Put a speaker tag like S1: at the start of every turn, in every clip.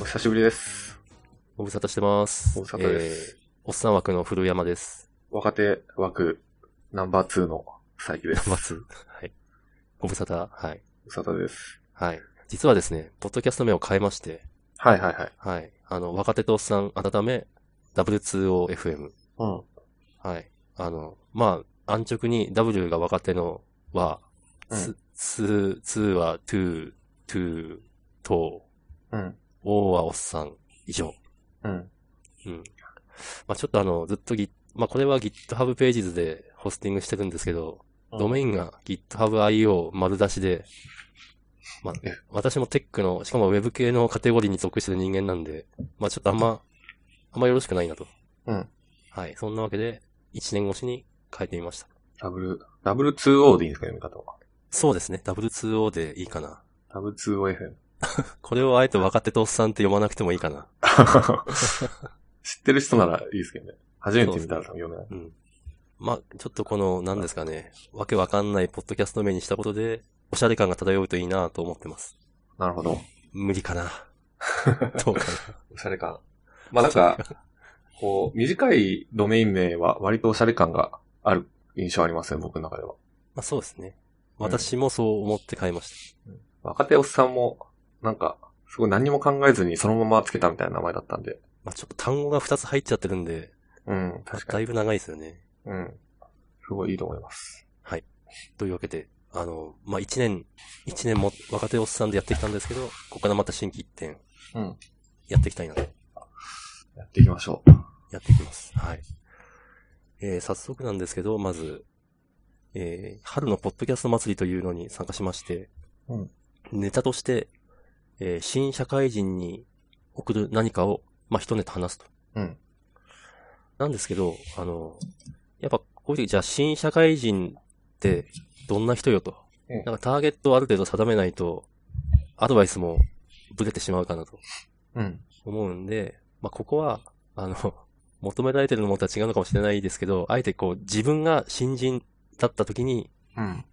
S1: 久しぶりです。
S2: ご無沙汰してます。
S1: ご無沙汰です
S2: えーおっさん枠の古山です。
S1: 若手枠ナンバー2の佐伯です。
S2: ナン バー2。はい。 ご無沙汰。はい。
S1: ご無沙汰です。
S2: はい。実はですね、ポッドキャスト名を変えまして、
S1: はいはいはい。
S2: はい。あの、若手とおっさん改め、W2OFM。
S1: うん。
S2: はい。あの、まあ、安直に W が若手のは、
S1: うん
S2: つ、つ、2は to, to, と、
S1: うん。
S2: O はおっさん以上。
S1: うん。
S2: うん。まあ、ちょっとあの、ずっと Git、まあ、これは GitHub ページズでホスティングしてるんですけど、ドメ
S1: イン
S2: インが GitHub.io 丸出しで、まあ
S1: え、
S2: 私もテックの、しかもウェブ系のカテゴリーに属してる人間なんで、まあちょっとあんま、あんまよろしくないなと。
S1: うん。
S2: はい。そんなわけで、1年越しに変えてみました。
S1: ダブル、ダブル 2O でいいんですか読み方は。
S2: そうですね。W2O でいいかな。
S1: ダブル 2OFM。
S2: これをあえて若手とおっさんって読まなくてもいいかな。
S1: 知ってる人ならいいですけどね。初めて見たら読めない。
S2: うん。まあ、ちょっとこの、何ですかね、わけわかんないポッドキャスト名にしたことで、おしゃれ感が漂うといいなと思ってます。
S1: なるほど。
S2: 無理かな。 どうか
S1: おしゃれ感。まあなんか、こう、短いドメイン名は割とおしゃれ感がある印象ありますね、僕の中では。
S2: まあそうですね。私もそう思って買いまし
S1: 若手おっさんも、なんか、すごい何も考えずにそのままつけたみたいな名前だったんで。
S2: た。まあちょっと単語が2つ入っちゃってるんで、
S1: うん、
S2: まあ
S1: 確か
S2: だ
S1: に。
S2: いぶ長いですよね。
S1: うん。すごいいいと思います。
S2: というわけで、あの、まあ1年、一年も若手おっさんでやってきたんですけど、ここからまた新規一点、
S1: うん。
S2: やっていきたいなと、
S1: やっていきましょう。
S2: やっていきます。はい。えー、早速なんですけど、まず、えー、春のポッドキャスト祭りというのに参加しまして、
S1: うん
S2: ネタとして、えー新社会人に送る何かを、まあ一ネタ話すと。
S1: うん。
S2: なんですけど、あの、やっぱ、こういう時、じゃあ、新社会人って、どんな人よと。
S1: うん
S2: なんか、ターゲットをある程度定めないと、アドバイスもブレてしまうかなと
S1: うん。
S2: 思うんで、まあ、ここは、あの、 求められてるものとは違うのかもしれないですけど、あえてこう、自分が新人だった時に、
S1: うん。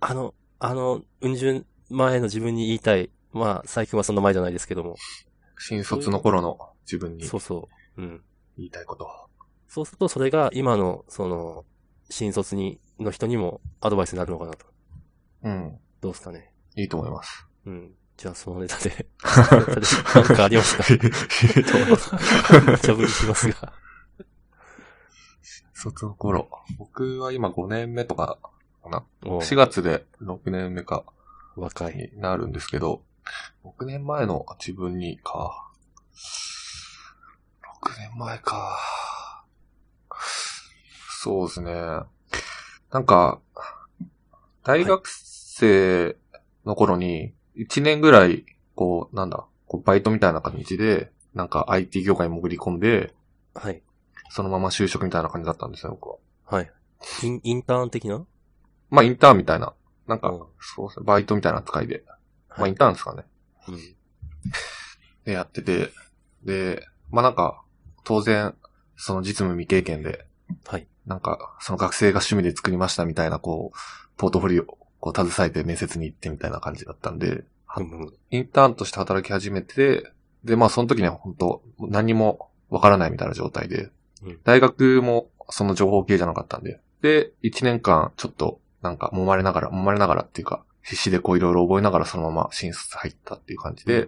S2: あの、あの、うん十前の自分に言いたい。まあ、最近はその前じゃないですけども。
S1: 新卒の頃の自分に
S2: そうそう。うん。
S1: 言いたいこと。
S2: そうすると、それが今の、その、新卒に、の人にもアドバイスになるのかなと。
S1: うん。
S2: どうですかね。
S1: いいと思います。
S2: うん。じゃあ、そのネタで、 なんかありました。
S1: いいと思います。
S2: 無茶ぶりしますが。
S1: 新卒の頃。僕は今5年目とかかな。
S2: も
S1: 4月で6年目か
S2: う、若い。
S1: になるんですけど、6年前の自分にか。6年前か。そうですね。なんか、大学生の頃に、1年ぐらい、こう、なんだ、こうバイトみたいな感じで、なんか IT 業界に潜り込んで、
S2: はい。
S1: そのまま就職みたいな感じだったんですよ、僕は。
S2: はい。イン、インターン的な
S1: まあ、インターンみたいな。なんか
S2: うん、
S1: そうですね、バイトみたいな扱いで。ま
S2: は
S1: あ、イ
S2: い
S1: ン。ターンですかね。
S2: うん。
S1: で、やってて、で、まあなんか、当然、その実務未経験で、
S2: はい。
S1: なんか、その学生が趣味で作りましたみたいな、こう、ポートフォリオをこう携えて面接に行ってみたいな感じだったんで、は
S2: うんうん
S1: インターンとして働き始めて、で、まあその時には本当何もわからないみたいな状態で
S2: うん、
S1: 大学もその情報系じゃなかったんで、で、1年間ちょっとなんか揉まれながら、揉まれながらっていうか、必死でこういろいろ覚えながらそのまま新卒入ったっていう感じで、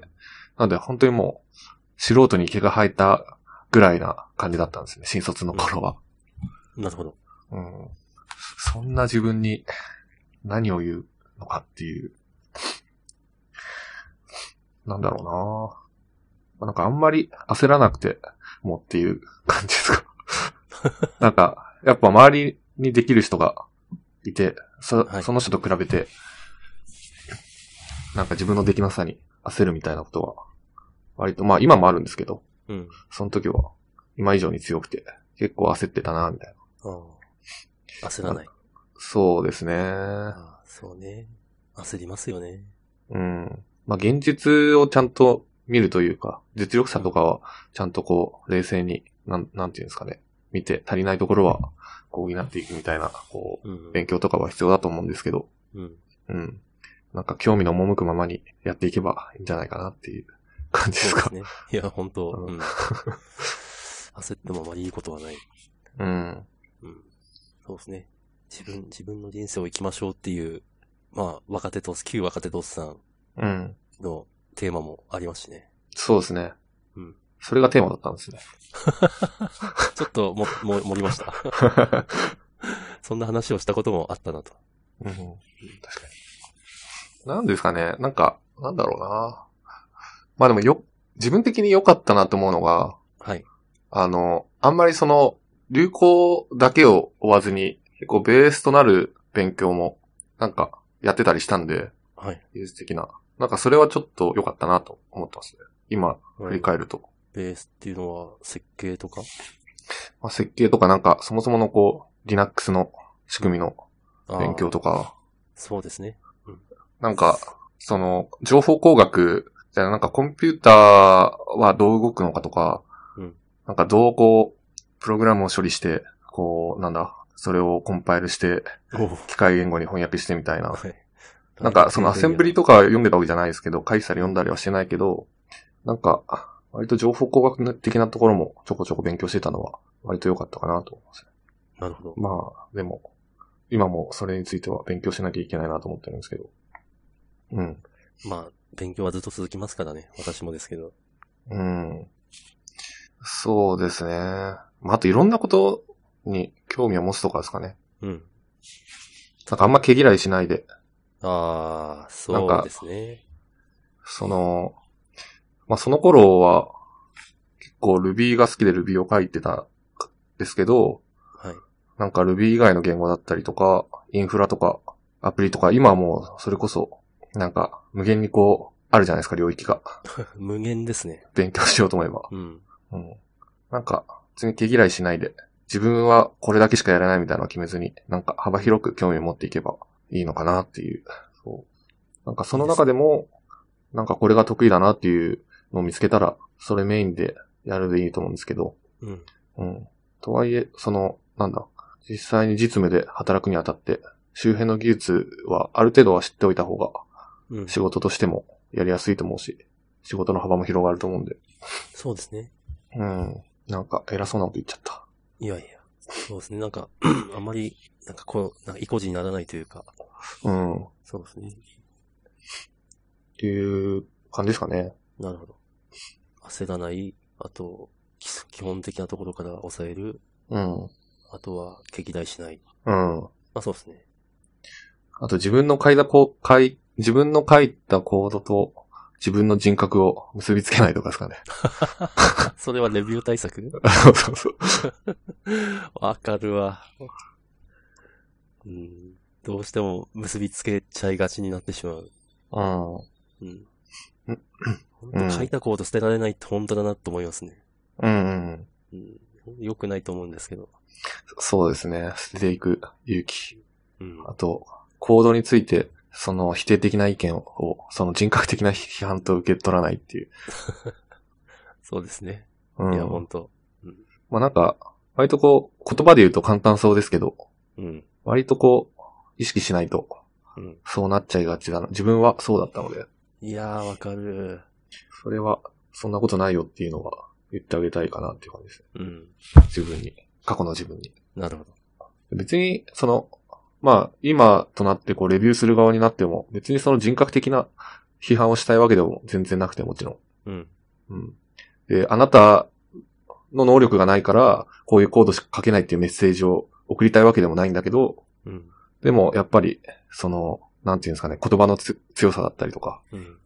S1: なので本当にもう、素人に毛が生えたぐらいな感じだったんですね、新卒の頃は。
S2: なるほど。
S1: うん。そんな自分に何を言うのかっていう。なんだろうなまあなんかあんまり焦らなくてもっていう感じです か。なんか、やっぱ周りにできる人がいて、そ
S2: はい
S1: その人と比べて、なんか自分のできなさに焦るみたいなことは、割と、まあ今もあるんですけど、
S2: うん。
S1: その時は今以上に強くて、結構焦ってたなみたいな。
S2: ああ。焦らない。
S1: そうですね。
S2: ああ、そうね。焦りますよね。
S1: うん。まあ、現実をちゃんと見るというか、実力差とかは、ちゃんとこう、冷静に、なん、なんていうんですかね、見て、足りないところは、こう補っていくみたいな、こ
S2: うん
S1: う、。勉強とかは必要だと思うんですけど、
S2: うん。
S1: うん。なんか、興味の赴くままにやっていけばいいんじゃないかなっていう感じです
S2: そう
S1: か。
S2: ですね。いや、本当、
S1: うん
S2: うん、焦ってもあまりいいことはない。
S1: うん。
S2: うん。そうですね。自分、自分の人生を生きましょうっていう、まあ、若手と、旧若手とおっさん
S1: うん。
S2: のテーマもありますしね。
S1: そうですね。
S2: うん
S1: それがテーマだったんですね。
S2: ちょっとも、も、盛りました。 そんな話をしたこともあったなと。
S1: うん、確かに。なんですかね、なんか、なんだろうな。まあでもよ、自分的に良かったなと思うのが、
S2: はい。
S1: あの、あんまりその、流行だけを追わずに、結構ベースとなる勉強も、なんか、やってたりしたんで、
S2: はい。
S1: 技術的な。なんかそれはちょっと良かったなと思ってますね。今、振り返ると。
S2: ベースっていうのは設計とか
S1: まあ、設計とかなんか、そもそものこう、Linux の仕組みの
S2: あー
S1: 勉強とか、
S2: そうですね。
S1: なんか、その、情報工学、じゃあなんかコンピューターはどう動くのかとか、
S2: うん
S1: なんかどうこう、プログラムを処理して、こう、なんだ、それをコンパイルして、
S2: おう
S1: 機械言語に翻訳してみたいな。
S2: はい。
S1: なんか、そのアセンブリとかは読んでたわけじゃないですけど、書いてたり読んだりはしてないけど、なんか、割と情報工学的なところもちょこちょこ勉強してたのは、割と良かったかなと思います。
S2: なるほど。
S1: まあ、でも、今もそれについては勉強しなきゃいけないなと思ってるんですけど。うん。
S2: まあ、勉強はずっと続きますからね。私もですけど。
S1: うん。そうですね。まあ、あといろんなことに興味を持つとかですかね。
S2: うん。
S1: なんかあんま毛嫌いしないで、
S2: ああ、
S1: なん
S2: そう
S1: か
S2: ですね。
S1: その、まあ、その頃は、結構 Ruby が好きで Ruby を書いてたんですけど、
S2: はい。
S1: なんか Ruby 以外の言語だったりとか、インフラとか、アプリとか、今はもうそれこそ、なんか無限にこう、あるじゃないですか、領域が。
S2: 無限ですね。
S1: 勉強しようと思えば。
S2: うん。
S1: うん。なんか、別に毛嫌いしないで、自分はこれだけしかやらないみたいなのを決めずに、なんか幅広く興味を持っていけばいいのかなっていう。そう。なんかその中でも、なんかこれが得意だなっていうのを見つけたら、それメインでやるでいいと思うんですけど、
S2: うん。
S1: うん。とはいえ、その、なんだ、実際に実務で働くにあたって、周辺の技術はある程度は知っておいた方が、
S2: うん。
S1: 仕事としてもやりやすいと思うし、仕事の幅も広がると思うんで、
S2: そうですね。
S1: うん。なんか、偉そうなこと言っちゃった。
S2: いやいや。そうですね。なんか、 あんまり、なんかこう、なんか意固地にならないというか。
S1: うん。っ
S2: そうですね。
S1: ていう感じですかね。
S2: なるほど。焦らない。あと、基礎基本的なところから抑える。
S1: うん。
S2: あとは、毛嫌いしない。
S1: うん。
S2: まあそうですね。
S1: あと自分の書いたこう、書い、自分の書いたコードと自分の人格を結びつけないとかですかね。
S2: それはレビュー対策
S1: そうそうそう。
S2: わかるわ。うん。どうしても結びつけちゃいがちになってしまう。
S1: うん。
S2: うん
S1: うん。
S2: 本当書いたコード捨てられないって本当だなと思いますね。
S1: うんうん。
S2: うん。良くないと思うんですけど。
S1: そうですね。捨てていく勇気。
S2: うん。
S1: あと、コードについて、その否定的な意見を、その人格的な批判と受け取らないっていう。
S2: そうですね。
S1: うん。
S2: いや、本当
S1: まあなんか、割とこう、言葉で言うと簡単そうですけど、
S2: うん。
S1: 割とこう、意識しないと、
S2: うん。
S1: そうなっちゃいがちだな。自分はそうだったので、
S2: いやー、わかる。
S1: それは、そんなことないよっていうのは言ってあげたいかなっていう感じですね。
S2: うん。
S1: 自分に。過去の自分に。
S2: なるほど。
S1: 別に、その、まあ、今となってこう、レビューする側になっても、別にその人格的な批判をしたいわけでも全然なくてもちろん。
S2: うん。
S1: うん。で、あなたの能力がないから、こういうコードしか書けないっていうメッセージを送りたいわけでもないんだけど、
S2: うん。
S1: でも、やっぱり、その、なんていうんですかね、言葉のつ強さだったりとか、
S2: うん。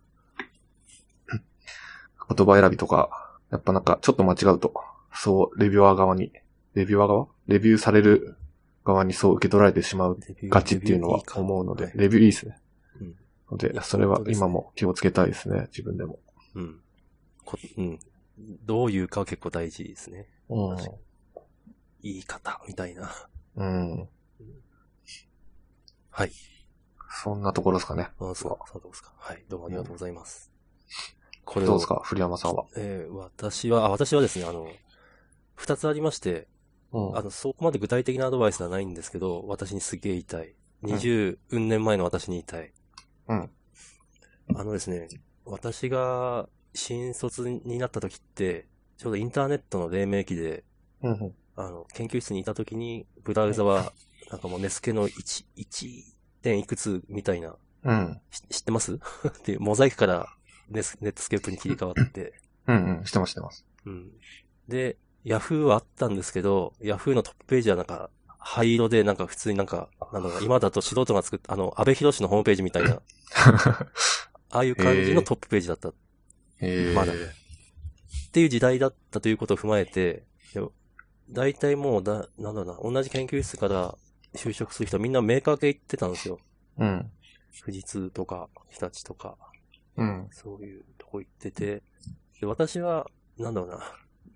S1: 言葉選びとか、やっぱなんかちょっと間違うと、そう、レビュアー側に、レビュアー側レビューされる側にそう受け取られてしまう
S2: レビュー
S1: ガチっていうのは思うので、レビューいいですね。
S2: うん
S1: の
S2: い
S1: で、
S2: や
S1: それは
S2: 本当ですね
S1: 今も気をつけたいですね、自分でも。
S2: うん。こうん。どういうかは結構大事ですね。
S1: う
S2: 言い方、みたいな。
S1: ん。うん。
S2: はい。
S1: そんなところですかね。
S2: あそう、そうですか。はい。どうもありがとうございます。こ
S1: どうですか古山さんは。
S2: えー私は、あ、私はですね、あの、二つありまして、
S1: うん
S2: あの、そこまで具体的なアドバイスはないんですけど、私にすげえ言いたい。二十年前の私に言いたい。
S1: うん。
S2: あのですね、私が新卒になった時って、ちょうどインターネットの黎明期で、
S1: うんうん。
S2: あの、研究室にいた時に、ブラウザは、なんかもうネスケの1、1点いくつみたいな、
S1: うん。
S2: し知ってます っていう、モザイクからネスネットスケープに切り替わ って、
S1: うんうん。してます、してます。
S2: うん。で、ヤフーはあったんですけど、ヤフーのトップページはなんか、灰色でなんか普通になんか、なんだろう、今だと素人が作った、あの、安倍博士のホームページみたいな、 ああいう感じのトップページだったっ
S1: えー、
S2: まだていう時代だったということを踏まえて、いや大体もうだ、なんだろうな、同じ研究室から就職する人はみんなメーカー系行ってたんですよ。
S1: うん。
S2: 富士通とか、日立とか、
S1: うん。
S2: そういうとこ行ってて、で私は、なんだろうな、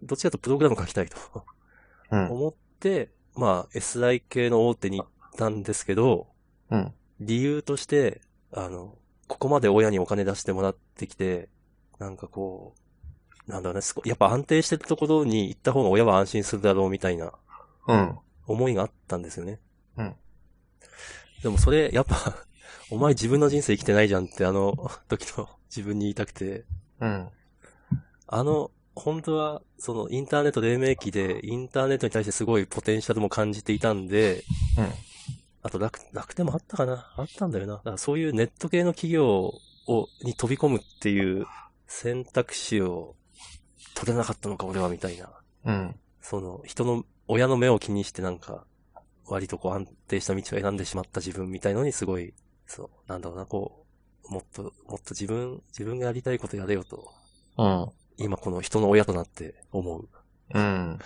S2: どっちかというとプログラム書きたいと。
S1: うん。
S2: 思って、まあ、SI 系の大手に行ったんですけど、
S1: うん。
S2: 理由として、あの、ここまで親にお金出してもらってきて、なんかこう、なんだろうね、すこやっぱ安定してるところに行った方が親は安心するだろうみたいな
S1: うん。
S2: 思いがあったんですよね。
S1: うん。
S2: でもそれ、やっぱ、お前自分の人生生きてないじゃんってあの時の自分に言いたくて、
S1: うん。
S2: あの、本当は、その、インターネット黎明期で、インターネットに対してすごいポテンシャルも感じていたんで、
S1: うん
S2: あと楽、楽天もあったかなあったんだよな。だからそういうネット系の企業を、に飛び込むっていう選択肢を取れなかったのか、俺は、みたいな。
S1: うん。
S2: その、人の、親の目を気にしてなんか、割とこう安定した道を選んでしまった自分みたいのにすごい、そう、なんだろうな、こう、もっと、もっと自分、自分がやりたいことやれよと
S1: うん。
S2: 今この人の親となって 思う。
S1: うん。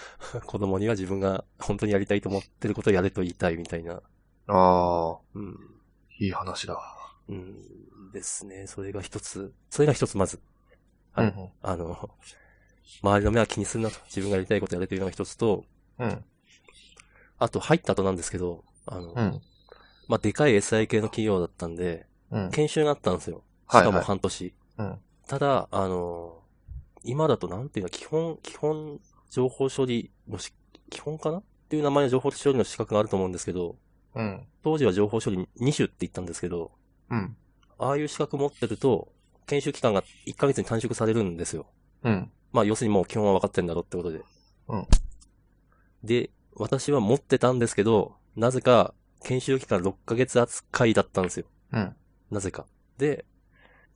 S2: 子供には自分が本当にやりたいと思ってることをやれと言いたいみたいな。
S1: ああ、
S2: うん。
S1: いい話だ。
S2: うん。ですね。それが一つ。それが一つまず。
S1: う
S2: はい
S1: ん。
S2: あの、周りの目は気にするなと。自分がやりたいことやれというのが一つと、
S1: うん。
S2: あと入った後なんですけど、あ
S1: う
S2: の、
S1: ん。
S2: まあ、でかい SI 系の企業だったんで、
S1: うん。
S2: 研修があったんですよ。し
S1: はい
S2: かも
S1: はい。
S2: 半年。
S1: うん
S2: ただ、あの、今だとなんていうの、基本、基本情報処理のし、基本かなっていう名前の情報処理の資格があると思うんですけど、
S1: うん。
S2: 当時は情報処理2種って言ったんですけど、
S1: うん。
S2: ああいう資格持ってると、研修期間が1ヶ月に短縮されるんですよ。
S1: うん。
S2: まあ、要するにもう基本は分かってんだろうってことで。
S1: うん
S2: で、私は持ってたんですけど、なぜか、研修期間6ヶ月扱いだったんですよ。
S1: うん。
S2: なぜか。で、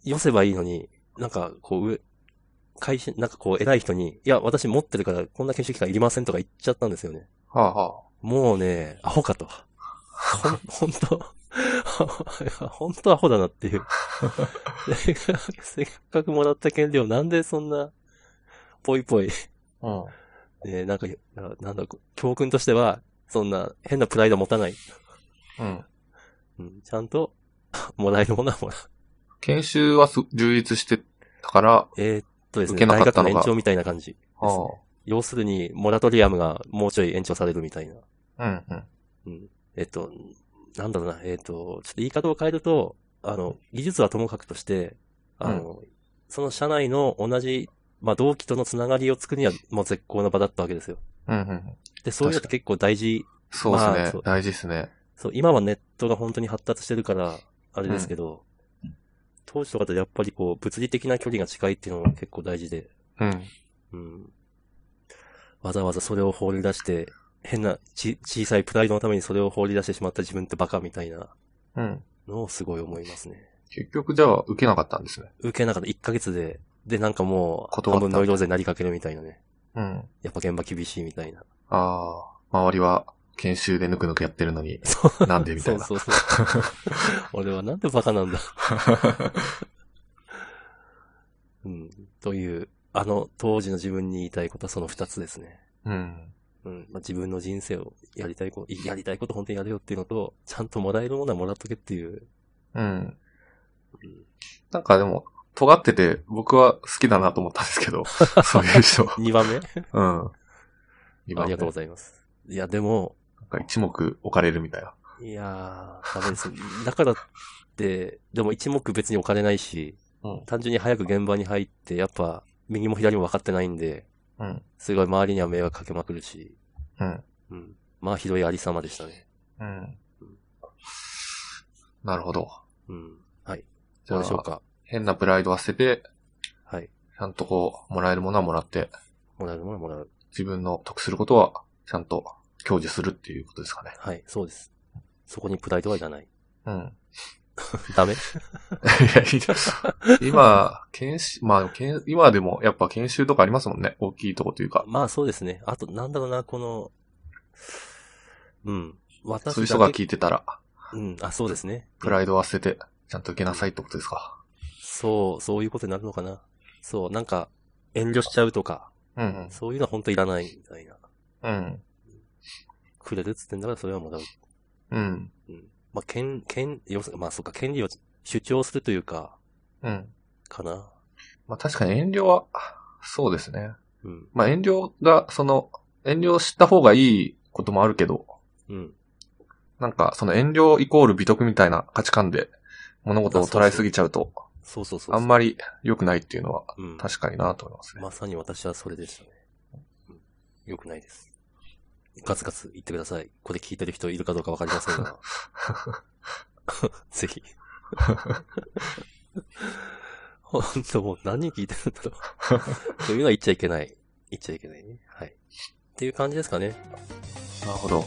S2: 寄せばいいのに、なんか、こう、上、会社、なんかこう、偉い人に、いや、私持ってるから、こんな研修期間いりませんとか言っちゃったんですよね。
S1: はあは
S2: もうね、アホ かと。ほん、ほんと、 ほんとアホだなっ ていう。せっかくせっかくもらった権利をなんでそんな、ぽいぽい、
S1: あ。うん。
S2: ね、なんか、ななんだ、教訓としては、そんな変なプライド持たない。
S1: うん。
S2: うん、ちゃんと、もらえるものはもらう。
S1: 研修はす充実してたから、
S2: えーっとです
S1: 受け
S2: ね、
S1: な
S2: 大
S1: かった
S2: 学
S1: の
S2: の
S1: が
S2: 延長みたいな感じ。
S1: ああ。
S2: 要するに、モラトリアムがもうちょい延長されるみたいな。
S1: うん。うん。
S2: うん。えっと、なんだろうな、えっと、ちょっと言い方を変えると、あの、技術はともかくとして、あの、その社内の同じ、まあ、同期とのつながりを作るには、もう絶好の場だったわけですよ。
S1: うん。うん。
S2: で、そういうのって結構大事。
S1: そうですね。
S2: まあそう
S1: 大事ですね。
S2: そう、今はネットが本当に発達してるから、あれですけど、当時とかとやっぱりこう、物理的な距離が近いっていうのも結構大事で、
S1: うん。
S2: うん。わざわざそれを放り出して、変な、ち、小さいプライドのためにそれを放り出してしまった自分ってバカみたいな
S1: うん。
S2: のをすごい思いますね。
S1: 結局じゃあ受けなかったんですね。
S2: 受けなかった1ヶ月で、でなんかもう、
S1: 断っ
S2: 半
S1: た
S2: 分ノイローゼになりかけるみたいなね。
S1: うん。
S2: やっぱ現場厳しいみたいな。
S1: ああ。周りは研修でぬくぬくやってるの に、
S2: そ う。
S1: なんでみたいな。
S2: そうそうそう。 俺はなんでバカな んだ。うん。という、あの、当時の自分に言いたいことはその2つですね。
S1: うん。
S2: うん。まあ、自分の人生をやりたいこと、やりたいこと本当にやれよっていうのと、ちゃんともらえるものはもらっとけっていう
S1: うん。なんかでも、尖ってて、僕は好きだなと思ったんですけ ど、そういう人。
S2: 2 番目
S1: うん。今、
S2: あ
S1: ね、
S2: りがとうございます。いや、でも、
S1: なんか一目置かれるみたいな。
S2: いやー、ダメです。だからって、でも一目別に置かれないし、
S1: うん
S2: 単純に早く現場に入って、やっぱ、右も左も分かってないんで、
S1: うん。
S2: すごい周りには迷惑かけまくるし、
S1: うん。
S2: うん。まあ、ひどいありさまでしたね。
S1: うん。なるほど。
S2: うん。はい。
S1: じ
S2: ど
S1: ゃ
S2: うでしょう
S1: あ、
S2: か。
S1: 変なプライドは捨てて、
S2: はい。
S1: ちゃんとこう、もらえるものはもらって、
S2: もらえるものはもらう。
S1: 自分の得することは、ちゃんと享受するっていうことですかね。
S2: はい、そうです。そこにプライドはいらない。
S1: うん。
S2: ダメ
S1: いやいいです今、研修、まあ、研今でもやっぱ研修とかありますもんね。大きいとこというか。
S2: まあそうですね。あと、なんだろうな、この、うん。私だけ
S1: そういう人が聞いてたら、
S2: うん、あ、そうですね。
S1: プライドを捨てて、ちゃんと受けなさいってことですか。
S2: そう、そういうことになるのかな。そう、なんか、遠慮しちゃうとか、
S1: うん
S2: そういうのは本当いらないみたいな。
S1: うん。うん。
S2: くれるっつってんだからそれはもらう。
S1: うん。
S2: まあ、権、権、要するまあそうか、権利を主張するというか、
S1: うん。
S2: かな。
S1: まあ確かに遠慮は、そうですね。
S2: うん、
S1: まあ遠慮が、その、遠慮した方がいいこともあるけど、
S2: うん。
S1: なんかその遠慮イコール美徳みたいな価値観で物事を捉えすぎちゃうと、
S2: そうそうそうそう。
S1: あんまり良くないっていうのは
S2: うん、
S1: 確かになと思いますね。
S2: まさに私はそれでしたね。うん良くないです。ガツガツ言ってください。これ聞いてる人いるかどうかわかりませんが。 ぜひ。 本当もう何聞いてるんだろう。というのは言っちゃいけない。言っちゃいけないね。はい。っていう感じですかね。
S1: なるほど。
S2: うん